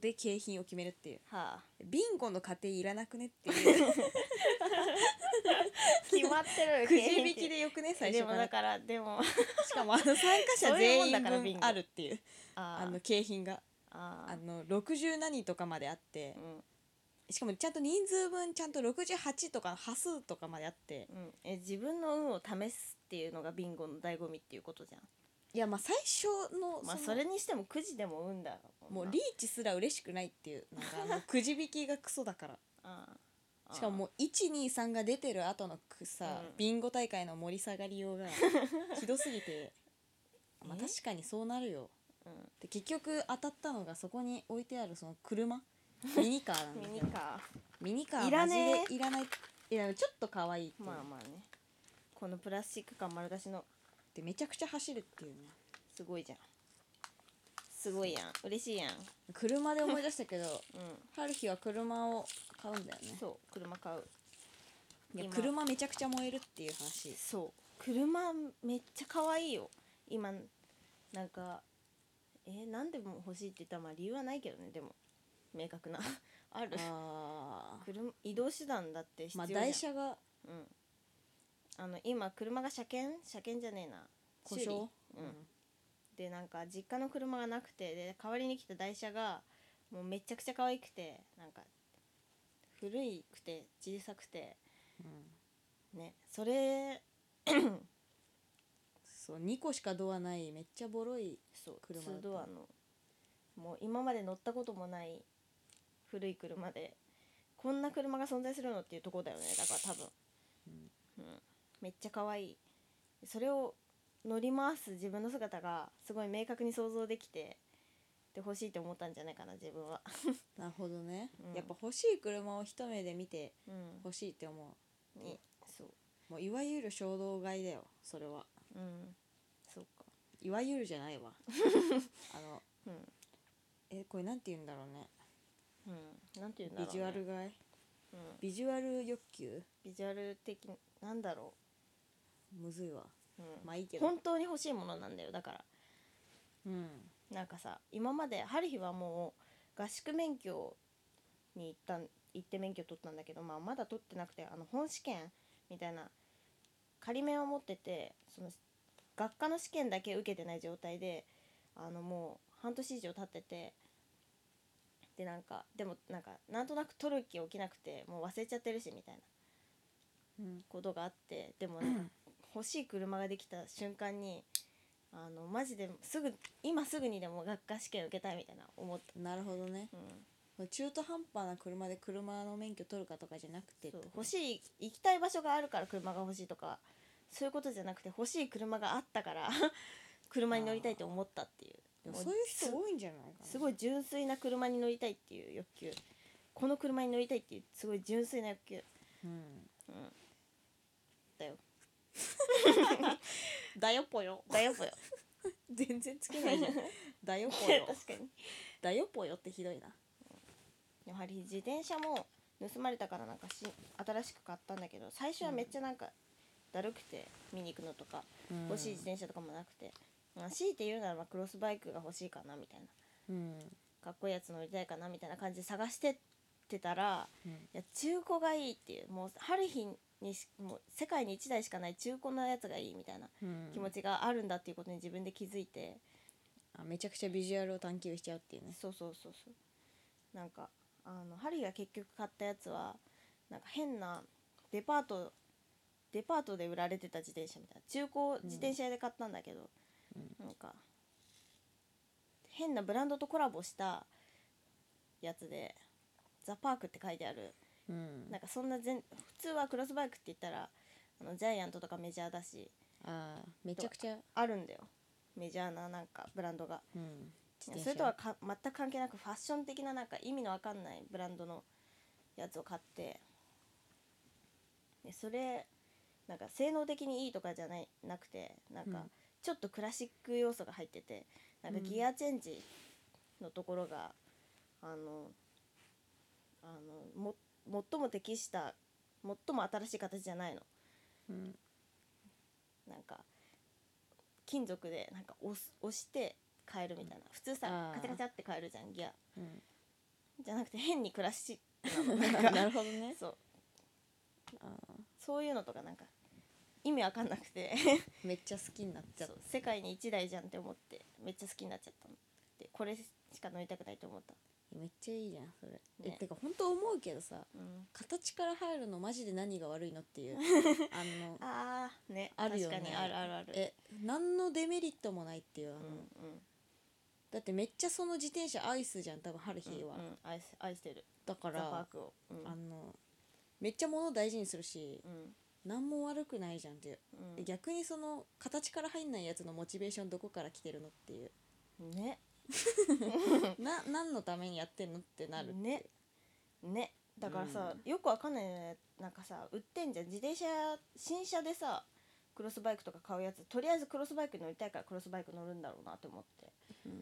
S1: で景品を決めるっていう
S2: はあ
S1: ビンゴの過程いらなくねっていう
S2: 決まって る
S1: くじ引きでよくね最
S2: で
S1: 初
S2: も
S1: から
S2: だからでも
S1: しかもあの参加者
S2: そういう
S1: 全
S2: もん
S1: 員
S2: だからビン
S1: 分
S2: ゴ
S1: あるっていうあ
S2: あ
S1: の景品が
S2: あ
S1: あの60何とかまであって
S2: うん
S1: しかもちゃんと人数分ちゃんと68とか端数とかまであって
S2: うん、え自分の運を試すっていうのがビンゴの醍醐味っていうことじゃん
S1: いやまあ最初の
S2: まあ
S1: の
S2: それにしてもくじでも運だ
S1: もう
S2: な
S1: リーチすら嬉しくないっていうなんかあのくじ引きがクソだから
S2: ああ
S1: しかももう123が出てる後のくさ、
S2: うん
S1: ビンゴ大会の盛り下がり ようがひどすぎてまあ
S2: え
S1: 確かにそうなるよ
S2: ああ
S1: で結局当たったのがそこに置いてあるその車ミニカーなん
S2: うん
S1: だ
S2: ミニ
S1: けど
S2: カ
S1: ミニカー
S2: いら
S1: マジ
S2: ねえ
S1: でいらないいやちょっと可愛いって
S2: ー
S1: 思っ
S2: まあまあねこのプラスチック感丸出しの
S1: てめちゃくちゃ走るっていうね
S2: すごいじゃんすごいやん嬉しいやんう
S1: 車で思い出したけ ど
S2: ん
S1: 春日は車を買うんだよね
S2: そう車買う
S1: いや
S2: 今
S1: 車めちゃくちゃ燃えるっていう話
S2: そう車めっちゃ可愛いよ今なんかえー、なんでも欲しいって言ったらまあ理由はないけどねでも明確なある
S1: あー
S2: 車移動手段だって必
S1: まあ
S2: 要じゃん、
S1: 台車が
S2: うんあの今車が車検車検じゃねえな
S1: 故
S2: 修理
S1: 障
S2: うんでなんか実家の車がなくてで代わりに来た台車がもうめちゃくちゃ可愛くてなんか古いくて小さくて
S1: うん
S2: ねそれ
S1: そう2個しかドアないめっちゃボロい
S2: そう
S1: 車だ
S2: ツ
S1: った
S2: ードアのもう今まで乗ったこともない古い車でこんな車が存在するのっていうとこだよねだから多分、うんめっちゃ可愛いそれを乗り回す自分の姿がすごい明確に想像できてで欲しいと思ったんじゃないかな自分は、
S1: なるほどね、
S2: うん
S1: やっぱ欲しい車を一目で見て
S2: うん、
S1: 欲しいって思
S2: ねそう
S1: うもういわゆる衝動買いだよそれは
S2: うんそうか
S1: いわゆるじゃないわ あの
S2: うん
S1: えこれなんて言うんだろうね
S2: うん、なんていうんだろ
S1: ビ
S2: う、ね、
S1: ジュアル買い
S2: うん、
S1: ビジュアル欲求
S2: ビジュアル的なんだろ
S1: むずいわ
S2: う、うん
S1: まあいいけど
S2: 本当に欲しいものなんだよだから
S1: うん
S2: なんかさ今まで春日はもう合宿免許に行ったん行って免許取ったんだけど、まあ、まだ取ってなくてあの本試験みたいな仮免を持っててその学科の試験だけ受けてない状態であのもう半年以上経っててでなんかでもなんかなんとなく取る気起きなくてもう忘れちゃってるしみたいな
S1: うん
S2: ことがあってでもなんか欲しい車ができた瞬間にあのマジですぐ今すぐにでも学科試験受けたいみたいな思った、
S1: なるほどね
S2: うん、
S1: 中途半端な車で車の免許取るかとかじゃなくて
S2: そう
S1: ってこと
S2: 欲しい行きたい場所があるから車が欲しいとかそういうことじゃなくて欲しい車があったから 車に乗りたいと思ったっていう
S1: でもそういう人多いんじゃないかな
S2: すごい純粋な車に乗りたいっていう欲求この車に乗りたいっていうすごい純粋な欲求、
S1: うん
S2: うん、だよ
S1: だよぽよ
S2: だよぽよ
S1: 全然つけないじゃんだ よぽ
S2: 確
S1: よ
S2: かに
S1: だよぽよってひどいな
S2: やはり自転車も盗まれたからなんかし新しく買ったんだけど最初はめっちゃなんかだるくて見に行くのとか
S1: うん
S2: 欲しい自転車とかもなくて、まあ、強いて言うならまあクロスバイクが欲しいかなみたいな
S1: うん
S2: かっこいいやつ乗りたいかなみたいな感じで探してってたら
S1: うん
S2: いや中古がいいっていうもう春日にしもう世界に1台しかない中古のやつがいいみたいな
S1: うん
S2: 気持ちがあるんだっていうことに自分で気づいて、
S1: あめちゃくちゃビジュアルを探求しちゃうっていうね
S2: そうそうそうそうなんかあのハリーが結局買ったやつはなんか変なデパートデパートで売られてた自転車みたいな中古自転車屋で買ったんだけど、なんか変なブランドとコラボしたやつで「ザ・パーク」って書いてある
S1: うん
S2: なんかそんな全普通はクロスバイクって言ったらあのジャイアントとかメジャーだし
S1: あーめちゃくちゃ
S2: あるんだよメジャーななんかブランドが
S1: うん
S2: いやそれとはか全く関係なくファッション的ななんか意味のわかんないブランドのやつを買ってでそれなんか性能的にいいとかじゃないなくてなん
S1: う
S2: か
S1: ん
S2: ちょっとクラシック要素が入っててなんか
S1: うん
S2: ギアチェンジのところが、あのあのも最も適した最も新しい形じゃないの
S1: うん
S2: なんか金属でなんか押す押して変えるみたいな普通さ
S1: あー
S2: カチャカチャって変えるじゃんギア
S1: うん
S2: じゃなくて変にクラシック
S1: なるほどね
S2: そう
S1: あー
S2: そういうのとかなんか意味わかんなくて
S1: めっちゃ好きになっちゃっ
S2: そう 世界に一台じゃんって思ってめっちゃ好きになっちゃったのでこれしか乗りたくないと思った、
S1: ためっちゃいいじゃんそれえ
S2: ね
S1: てか本当思うけどさ
S2: うん、
S1: 形から入るのマジで何が悪いのって いうあの
S2: ああね
S1: あるよね
S2: 確かにあるあるある
S1: え何のデメリットもないっていうあ
S2: う
S1: の、
S2: んうん
S1: だってめっちゃその自転車愛すじゃん多分春日は、
S2: うんうん、愛す愛してる
S1: だか
S2: ザ・パー
S1: ら
S2: クをうん
S1: あのめっちゃ物を大事にするし
S2: うん
S1: 何も悪くないじゃんっていう、
S2: うん
S1: 逆にその形から入んないやつのモチベーションどこから来てるのっていう
S2: ね
S1: な何のためにやってんのってなるっていう
S2: ねねだからさ、よくわかんないよねなんかさ売ってんじゃん自転車新車でさクロスバイクとか買うやつとりあえずクロスバイク乗りたいからクロスバイク乗るんだろうなと思って、
S1: うん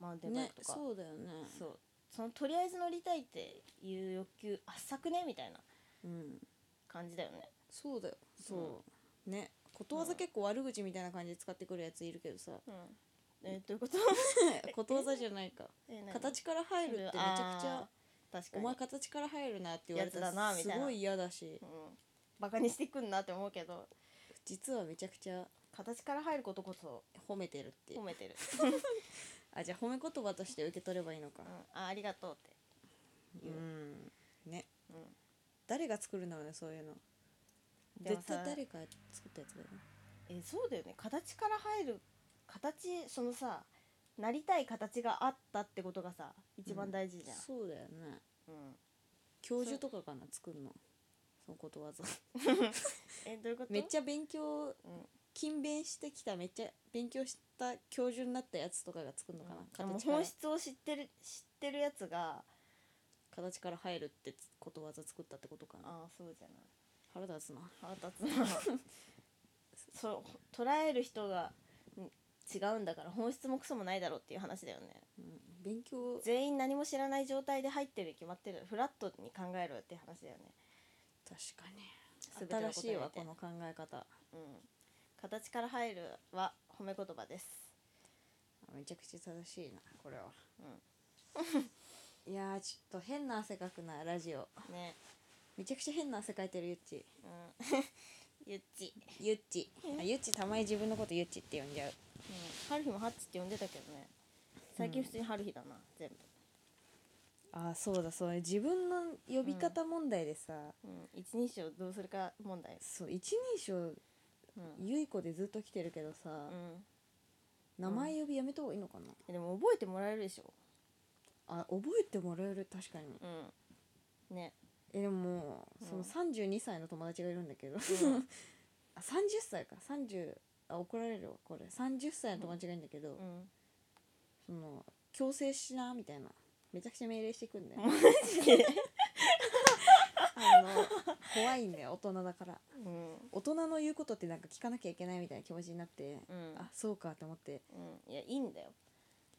S2: マウンテンバイ
S1: ね
S2: クとか、
S1: そうだよね
S2: そうそのとりあえず乗りたいっていう欲求あっさくねみたいな
S1: うん、
S2: 感じだよね
S1: そうだよそう、ねことわざ結構悪口みたいな感じで使ってくるやついるけどさ、
S2: うんえどうい うこと
S1: ことわざじゃないか
S2: え何
S1: 形から入るってめちゃくちゃ
S2: あー確か
S1: お
S2: に
S1: 前形から入るなって言われた
S2: やつだ
S1: ら
S2: なみ
S1: す
S2: たいな
S1: ごい嫌だし
S2: うん、バカにしてくんなって思うけど
S1: 実はめちゃくちゃ
S2: 形から入ることこそ
S1: 褒めてるっていう
S2: 褒 めてる、
S1: あじゃあ褒め言葉として受け取ればいいのか
S2: うん、あありがとうって
S1: う
S2: 言うん
S1: ね
S2: うん
S1: 誰が作るんだろうねそういうの
S2: でも
S1: 絶
S2: さ
S1: 対誰か作ったやつだよね
S2: えそうだよね形から入る形そのさなりたい形があったってことがさ一番大事じゃん、
S1: そうだよね
S2: うん
S1: 教授とかかな作るのそのことわざ
S2: えどういうこと
S1: めっちゃ勉強
S2: うん
S1: 勤勉してきためっちゃ勉強した教授になったやつとかが作るのかな、
S2: でも
S1: 形から
S2: 本質を知ってる知ってるやつが
S1: 形から入るってことわざ作ったってことかな
S2: ああそうじゃない
S1: 腹立つな
S2: 腹立つ なそう捉える人がん違うんだから本質もクソもないだろうっていう話だよね
S1: うん勉強
S2: 全員何も知らない状態で入ってるに決まってるフラットに考えろよっていう話だよね
S1: 確か
S2: 全
S1: に
S2: ての
S1: 新
S2: こと
S1: し
S2: に
S1: い
S2: おい
S1: わ
S2: て
S1: この考え方
S2: うん形から入るは褒め言葉です
S1: めちゃくちゃ正しいなこれは
S2: う
S1: いやーちょっと変な汗かくなラジオ
S2: んね
S1: めちゃくちゃ変な汗かいてるゆっち
S2: うん ゆっち、
S1: ゆっちあゆっちたまに自分のことゆっちって呼んじゃう
S2: うん、春日もハッチって呼んでたけどね最近普通に春日だな、全部、
S1: あーそうだそうだ自分の呼び方問題でさ、
S2: うん、一人称どうするか問題
S1: そう一人称
S2: うん、
S1: ゆい子でずっと来てるけどさ、
S2: うん
S1: 名前呼びやめた方がいいのかな、
S2: えでも覚えてもらえるでしょ
S1: あ覚えてもらえる確かに
S2: うんね、
S1: えでももう
S2: うん
S1: その32歳の友達がいるんだけど、
S2: うん
S1: あ30歳か30あ怒られるわこれ30歳の友達がいるんだけど、
S2: うん、
S1: その強制しなみたいなめちゃくちゃ命令してく んだよあの怖いんだよ大人だから
S2: うん
S1: 大人の言うことってなんか聞かなきゃいけないみたいな気持ちになって、
S2: うん
S1: あそうかと思って
S2: うん、いやいいんだよ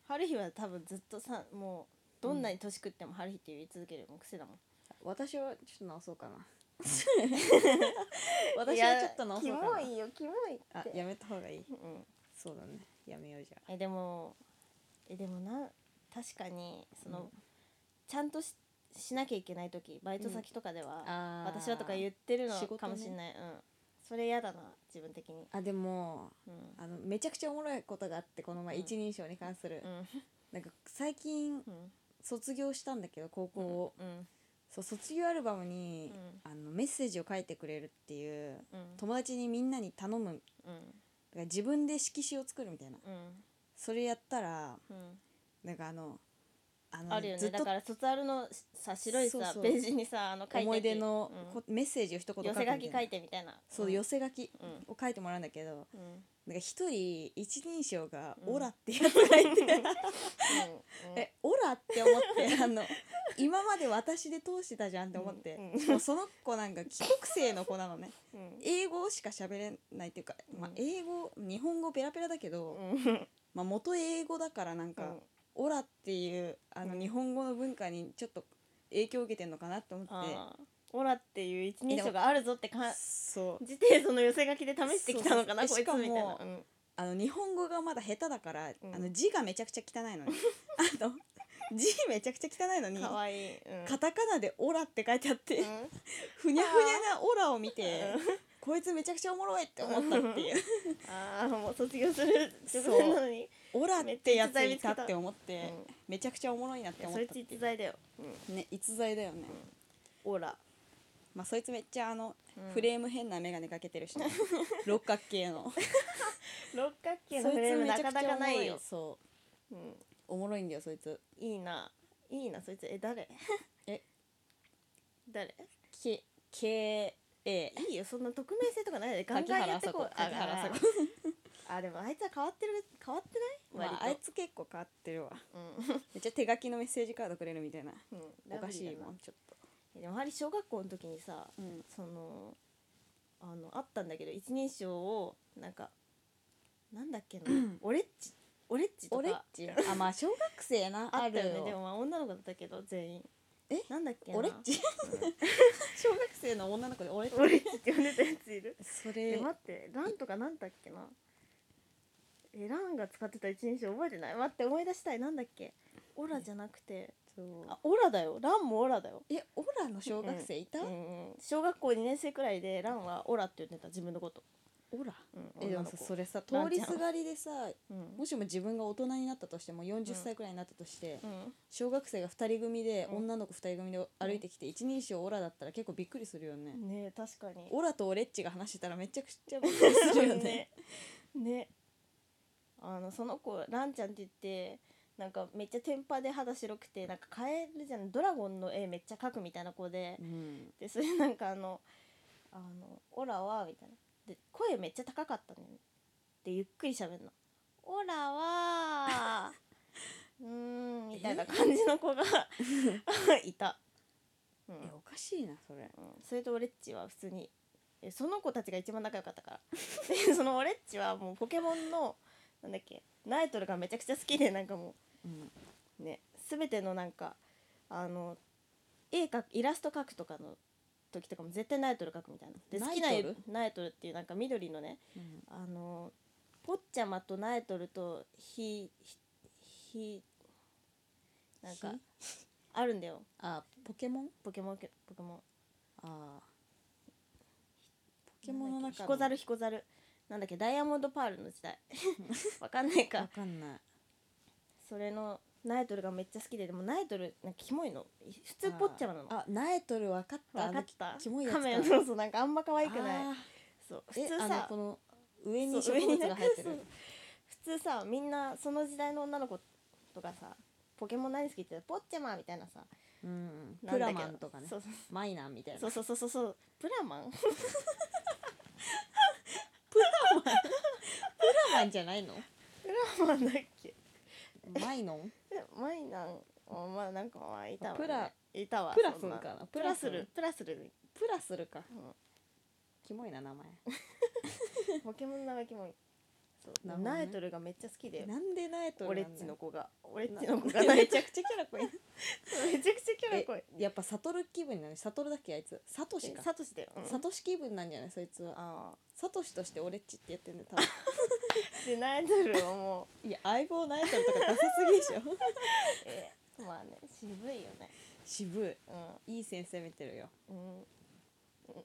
S2: 春日は多分ずっとさもうどんなに年食っても春日って言い続けるよもう癖だもん
S1: 私はちょっと直そう かな
S2: い
S1: 私は
S2: や
S1: ちょっと直そうかな
S2: キモいよキモいって
S1: あやめた方がいい
S2: うん
S1: そうだねやめようじゃ
S2: えでもえでもな確かにその、
S1: うん
S2: ちゃんとししなきゃいけない時バイト先とかでは、
S1: ああー
S2: 私はとか言ってる
S1: 仕
S2: の
S1: 事ね
S2: かもしんない、うんそれ嫌だな自分的に
S1: あでも
S2: うん、
S1: あのめちゃくちゃおもろいことがあってこの前、
S2: うん
S1: 一人称に関する、
S2: うん
S1: なんか最近
S2: うん
S1: 卒業したんだけど高校を、
S2: うん
S1: そう卒業アルバムに、
S2: う
S1: あのメッセージを書いてくれるっていう
S2: うん
S1: 友達にみんなに頼むだか
S2: うん
S1: ら自分で色紙を作るみたいな
S2: うん
S1: それやったら
S2: うん
S1: なんかあのあの
S2: あるよ
S1: ず
S2: ね
S1: っと
S2: だから卒アルのさ白いさ
S1: そうそう
S2: ページにさあの書いて
S1: 思い出の
S2: うん
S1: こ、メッセージを一言く
S2: 寄
S1: み
S2: せ
S1: た
S2: 書
S1: い
S2: き
S1: な
S2: 書いてみたいな
S1: そう、寄せ書き
S2: うん
S1: を書いてもらうんだけど、
S2: うん、うん
S1: なんか一人一人称が「
S2: うん
S1: オラ」ってやつがいて、
S2: うん
S1: えオラって 思って あの今まで私で通してたじゃんって思って、
S2: うんうん
S1: しかもその子なんか帰国生の子なのね
S2: うん
S1: 英語しか喋れないっていうか、まあ
S2: う、ん
S1: 英語日本語ペラペラだけど、
S2: うん
S1: まあ、元英語だからなんか、オラっていうあの
S2: うん
S1: 日本語の文化にちょっと影響を受けてんのかなと思って、
S2: あーオラっていう
S1: え
S2: 一人
S1: でも
S2: 称があるぞってか
S1: そう
S2: 自転その寄せ書きで試してきたのかな
S1: そ
S2: こ
S1: う
S2: い
S1: そう
S2: つみたい
S1: し
S2: な
S1: かもあの日本語がまだ下手だから、
S2: うん
S1: あの字がめちゃくちゃ汚い のにあの字めちゃくちゃ汚いの
S2: うん
S1: に
S2: かわいい、うん
S1: カタカナで「オラ」って書いてあって、
S2: うん
S1: ふにゃふにゃなオラを見て、
S2: うん
S1: こいつめちゃくちゃおもろいって思ったっていう
S2: ああもう卒業する直前なのに
S1: オラってやついたって思っ
S2: う
S1: て
S2: ん
S1: めちゃくちゃおもろいなっ
S2: い
S1: て
S2: や
S1: 思
S2: そ
S1: っ
S2: い
S1: た
S2: つ逸材だよ、うん
S1: ね逸材だよね、
S2: オラ、
S1: まあそいつめっちゃあの、
S2: うん
S1: フレーム変な眼鏡かけてる し、ね、六角形の
S2: 六角形のフレームなかなかないよ、
S1: そ
S2: うん、
S1: うおもろいんだよそいつ
S2: いいないいなそいつえ誰
S1: え
S2: 誰
S1: K- KA
S2: いいよそんな匿名性とかないでガンガンやってこう
S1: 柿原
S2: あ
S1: 麻子
S2: あでもあいつは変わってる変わってな
S1: ま
S2: い、
S1: あ、あいつ結構変わってるわ
S2: 割と
S1: めっちゃ手書きのメッセージカードくれるみたいな
S2: うん、うん、
S1: おかしい
S2: ラブリーだ
S1: も
S2: なん
S1: ちょっ
S2: えでもやはり小学校の時にさ
S1: と、うん、
S2: そのあのあったんだけど一人称をなんかなんだっ けなオレッチオレッチと
S1: オレッ
S2: か
S1: チあまあ小学生やな
S2: あ
S1: あ
S2: ったよ
S1: る
S2: ね
S1: よ
S2: でもまあ女の子だったけど全員
S1: え
S2: なんだっけな
S1: オ レッチ小学生の女の子でオレッチ
S2: オレッチって呼んでたやついる
S1: そ
S2: え
S1: れ
S2: 待ってランとかなんだっけなえランが使ってた一人称覚えてない待って思い出したいなんだっけオラじゃなくて
S1: そう
S2: あオラだよランもオラだよ
S1: えオラの小学生いた、
S2: うんうん小学校2年生くらいでランはオラって言ってた自分のこと、
S1: オラ
S2: うん、
S1: えで
S2: 女
S1: も
S2: の
S1: さ
S2: 子
S1: それさ
S2: ラ
S1: 通
S2: ンち
S1: り
S2: ゃん
S1: すがりでさ
S2: うん
S1: もしも自分が大人になったとしても40
S2: うん
S1: 歳くらいになったとして、
S2: うん
S1: 小学生が2人組で、
S2: うん
S1: 女の子2人組で歩いてきて、一人称オラだったら結構びっくりするよね、
S2: ねえ確かに
S1: オラとオレッチが話してたらめちゃくちゃびっくりするよね
S2: ねねあのその子ランちゃんって言ってなんかめっちゃ天パで肌白くてなんかカエルじゃないドラゴンの絵めっちゃ描くみたいな子で
S1: うん
S2: でそれなんかあの「あのオラは」みたいなで声めっちゃ高かったのよでゆっくり喋るの「オラは」うーんみたいな感じの子がいた、う
S1: え
S2: ん、
S1: おかしいなそれ
S2: うんそれとオレッチは普通にえその子たちが一番仲良かったからでそのオレッチはもうポケモンのなんだっけナイトルがめちゃくちゃ好きでなんかも
S1: うん
S2: うね全てのなんかあの絵描くイラスト描くとかの時とかも絶対ナイトル描くみたいなで好きな
S1: ナイトル
S2: ナイトルっていうなんか緑のねあのポッチャマとナイトルとひひひなんか
S1: ひ
S2: あるんだよ
S1: あポケモン
S2: ポケモンポケモン
S1: あポケモンの中の
S2: 彦猿彦猿なんだっけダイヤモンドパールの 時代わかんない
S1: わ
S2: か
S1: かんない
S2: それのナイトルがめっちゃ好きででもナイトルなんかキモいの普通ポッチャマなの
S1: あナエトルわかった
S2: わかった
S1: あのキモいやつ
S2: カ
S1: か
S2: メラのそうなんかあんま可愛くな
S1: あ
S2: いそう
S1: ー
S2: 普
S1: え
S2: 通
S1: あの
S2: さ
S1: この上に
S2: そ
S1: 植
S2: う上
S1: 物
S2: に
S1: が生えて
S2: なん
S1: る
S2: かそう普通さみんなその時代の女の子とかさポケモン何好きって言ったらポッチャマみたいなさ
S1: うん
S2: なん
S1: プ
S2: だ
S1: ラ
S2: けど
S1: マンとかね
S2: そうそう
S1: マイナンみたいな
S2: そうそうそうそうそうプラマン
S1: プラマンじゃないの
S2: プラマンだっけ
S1: マイノン
S2: えマイナンあまあなんかまあいたわ、ね、
S1: プラ
S2: いたわ
S1: プラス
S2: そん
S1: かな
S2: プ
S1: プ
S2: ラ
S1: ラ
S2: ス
S1: ス
S2: ルプラスル
S1: プラするか
S2: うん
S1: キモいな名前
S2: ポケモンの名前キモいそう
S1: なるほどね
S2: ナエトルがめっちゃ好きで
S1: なんでナエト
S2: 俺
S1: ル
S2: っ
S1: なんだ
S2: ちの
S1: よ
S2: 子が俺っ
S1: な
S2: ちの子 がナエ
S1: め
S2: トル
S1: ちゃくちゃキャラ濃い
S2: めちゃくちゃキャラ濃い
S1: えやっぱ悟る気分なの悟るだっけあいつサトシか
S2: サトシだよ、うん
S1: サトシ気分なんじゃないそいつは
S2: あ
S1: サトシとして俺っちってやってんだよ多分
S2: ーでナエトルはも
S1: いや相棒ナエトルとかダサすぎでしょ
S2: う えーまあね渋いよね
S1: 渋
S2: うん
S1: いいい先生見てるよ
S2: うん、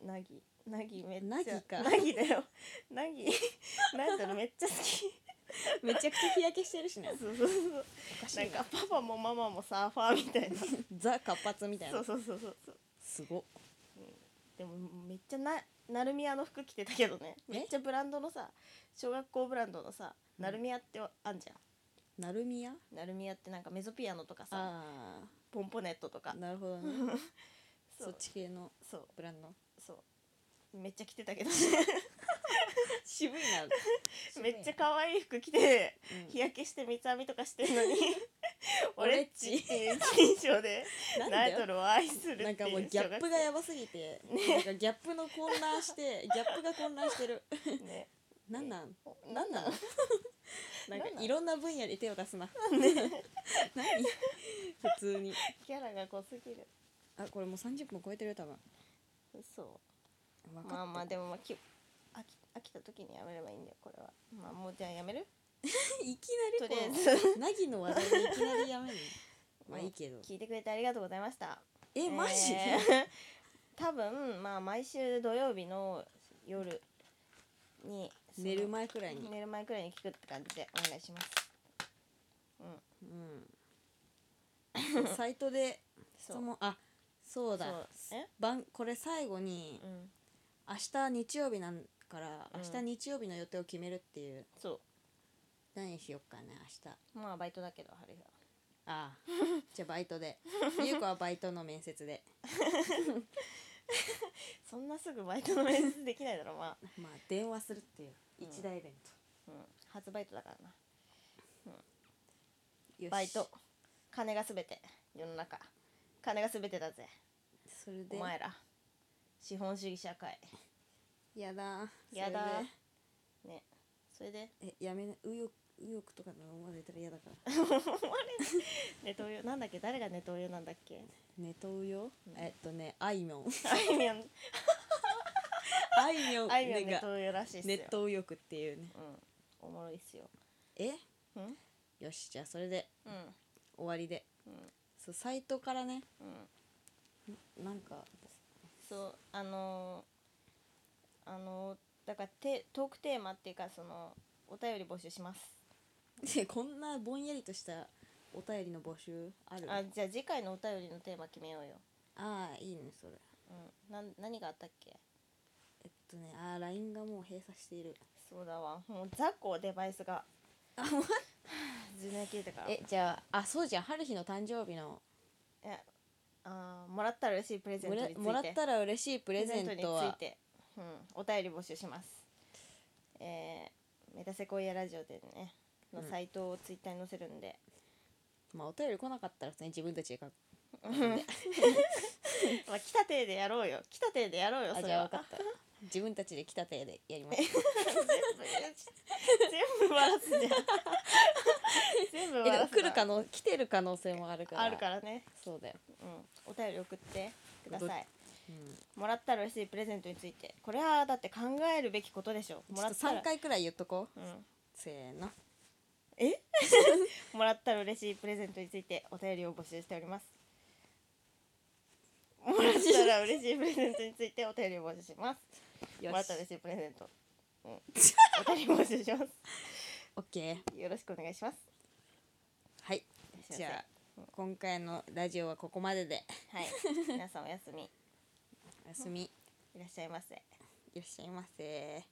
S2: なぎなぎめっちゃ
S1: なぎか
S2: なぎだよなぎなんだろうめっちゃ好き
S1: めちゃくちゃ日焼けしてるしね
S2: そうそうそう
S1: おかしい
S2: な
S1: なん
S2: かパパもママもサーファーみたいな
S1: ザ活発みたい
S2: そ
S1: な
S2: うそうそうそうそう
S1: すごっ
S2: でもめっちゃななるみやの服着てたけどね
S1: え
S2: めっちゃブランドのさ小学校ブランドのさ
S1: うん
S2: なるみやってあんじゃ
S1: なるみや
S2: んなるみやってなんかメゾピアノとかさ
S1: あ
S2: ポンポネットと
S1: あ
S2: か
S1: なるほどね
S2: そ
S1: そ
S2: う
S1: っち系の
S2: そう
S1: ブランド
S2: そうめっちゃ着てたけど
S1: 渋いな
S2: めっちゃ可愛い服着て
S1: うん
S2: 日焼けして三つ編みとかしてるのに 俺
S1: 俺
S2: っ
S1: っ
S2: ち
S1: ち
S2: っていう印象 で
S1: なん
S2: ナ
S1: だ
S2: イト
S1: よ
S2: ルを愛するっていう
S1: なんかもうギャップがやばすぎて、なんかギャップの混乱 してギャップが混乱してる
S2: 小学生ね
S1: なんなん
S2: なんな
S1: なん
S2: のなんな
S1: か
S2: ん
S1: いろんな分野に手を出す な何普通に
S2: キャラが濃すぎる
S1: あこれもう30分超えてるよ多分
S2: そ
S1: 分かっ
S2: う
S1: て
S2: ま あまあでもまあき飽き飽きた時にやめればいいんだよこれはまあもうじゃあやめる
S1: いき
S2: と
S1: な
S2: り
S1: り
S2: あえ
S1: こ
S2: ず
S1: うなぎの話題でいきなりやめ るのまあいいけど
S2: 聞いてくれてありがとうございました
S1: えマジ、
S2: えー多分まあ毎週土曜日の夜にその
S1: 寝る前くらいに、
S2: 寝る前くらいに聞くって感じでお願いしますうん
S1: うんサイトで質
S2: そう
S1: 問あそうだ
S2: そうえ
S1: 晩これ最後に
S2: うん
S1: 明日日曜日なんから
S2: うん
S1: 明日日曜日の予定を決めるっていう、
S2: そ
S1: 何しよっかね明日
S2: うまあバイトだけど春日は
S1: ああじゃあバイトでゆう子はバイトの面接で
S2: そんなすぐバイトの面接できないだろまあ、
S1: まあ電話するっていう
S2: うん
S1: 一大イベン
S2: うん、初バイトだからな
S1: ト、よし
S2: バイト金がすべて世の中金がすべてだぜ
S1: それ
S2: お
S1: で
S2: 前ら資本主義社会
S1: やだ
S2: やだ
S1: それで
S2: ねそれで
S1: えやめな右翼右翼とかの思われたら嫌だから
S2: ネトウヨなんだっけ誰がネトウヨなんだっけ
S1: 寝とうよ、
S2: ん
S1: えっとねあいみ ょん
S2: あいみょん
S1: あいみょん
S2: あいみょんネ
S1: なん
S2: ト
S1: か
S2: ウヨらしいっす
S1: ネ
S2: よ
S1: ット右翼っていうね
S2: うんおもろいっすよ
S1: え
S2: うんうん
S1: よしじゃあそれで
S2: う
S1: 終わりで
S2: ん
S1: そうサイトからね
S2: うん
S1: なんか
S2: そうあのーあのーだからてトークテーマっていうかそのお便り募集します
S1: でこんなぼんやりとしたお便りの募集ある
S2: あ
S1: あ
S2: じゃあ次回のお便りのテーマ決めようよ、
S1: あーいいねそれ
S2: うん、なん何があったっけ
S1: えっとねあー LINE がもう閉鎖している
S2: そうだわもう雑魚デバイスが
S1: あもう
S2: 10年切れたから
S1: えじゃああそうじゃん春日の誕生日の
S2: えあーもらったら嬉しいプレゼン
S1: も
S2: ト
S1: ら
S2: について
S1: もらったら嬉しいプ
S2: プ
S1: レゼント
S2: につい
S1: は
S2: て、うん、お便り募集しますえー、メタセコイアラジオでねの
S1: うん
S2: サイトをツイッターに載せるんで、
S1: まあお便り来なかったら普通に自分たちで書く
S2: まあ来たてでやろうよ来たてでやろうよ
S1: あ
S2: そ
S1: じ
S2: れ
S1: ゃあ
S2: は
S1: 分か った自分たちで来た手でやります
S2: 全部全部笑すじゃん全部
S1: えで
S2: 笑
S1: も
S2: すな
S1: 来る可能来てる可能性もあるから
S2: あるからね、
S1: そうだよ、
S2: うん、お便り送ってください
S1: うん、
S2: もらったら嬉しいプレゼントについてこれはだって考えるべきことでしょ
S1: ち
S2: も
S1: ょっ
S2: ら
S1: と
S2: ったら
S1: 3回くらい言っとこう
S2: うん、
S1: せーの
S2: え もらったら嬉しいプレゼントについてお便りを募集しておりますもらったら嬉しいプレゼントについてお便りを募集しますも
S1: よ
S2: らっ
S1: した
S2: ら嬉しいプレゼント、 うん、お便り募集します
S1: オッケー
S2: よろしくお願いします
S1: はい
S2: いらっしゃいませ
S1: じゃあ今回のラジオはここまでで
S2: はい皆さんおやすみ
S1: おやすみ
S2: いらっしゃいませ
S1: いらっしゃいませ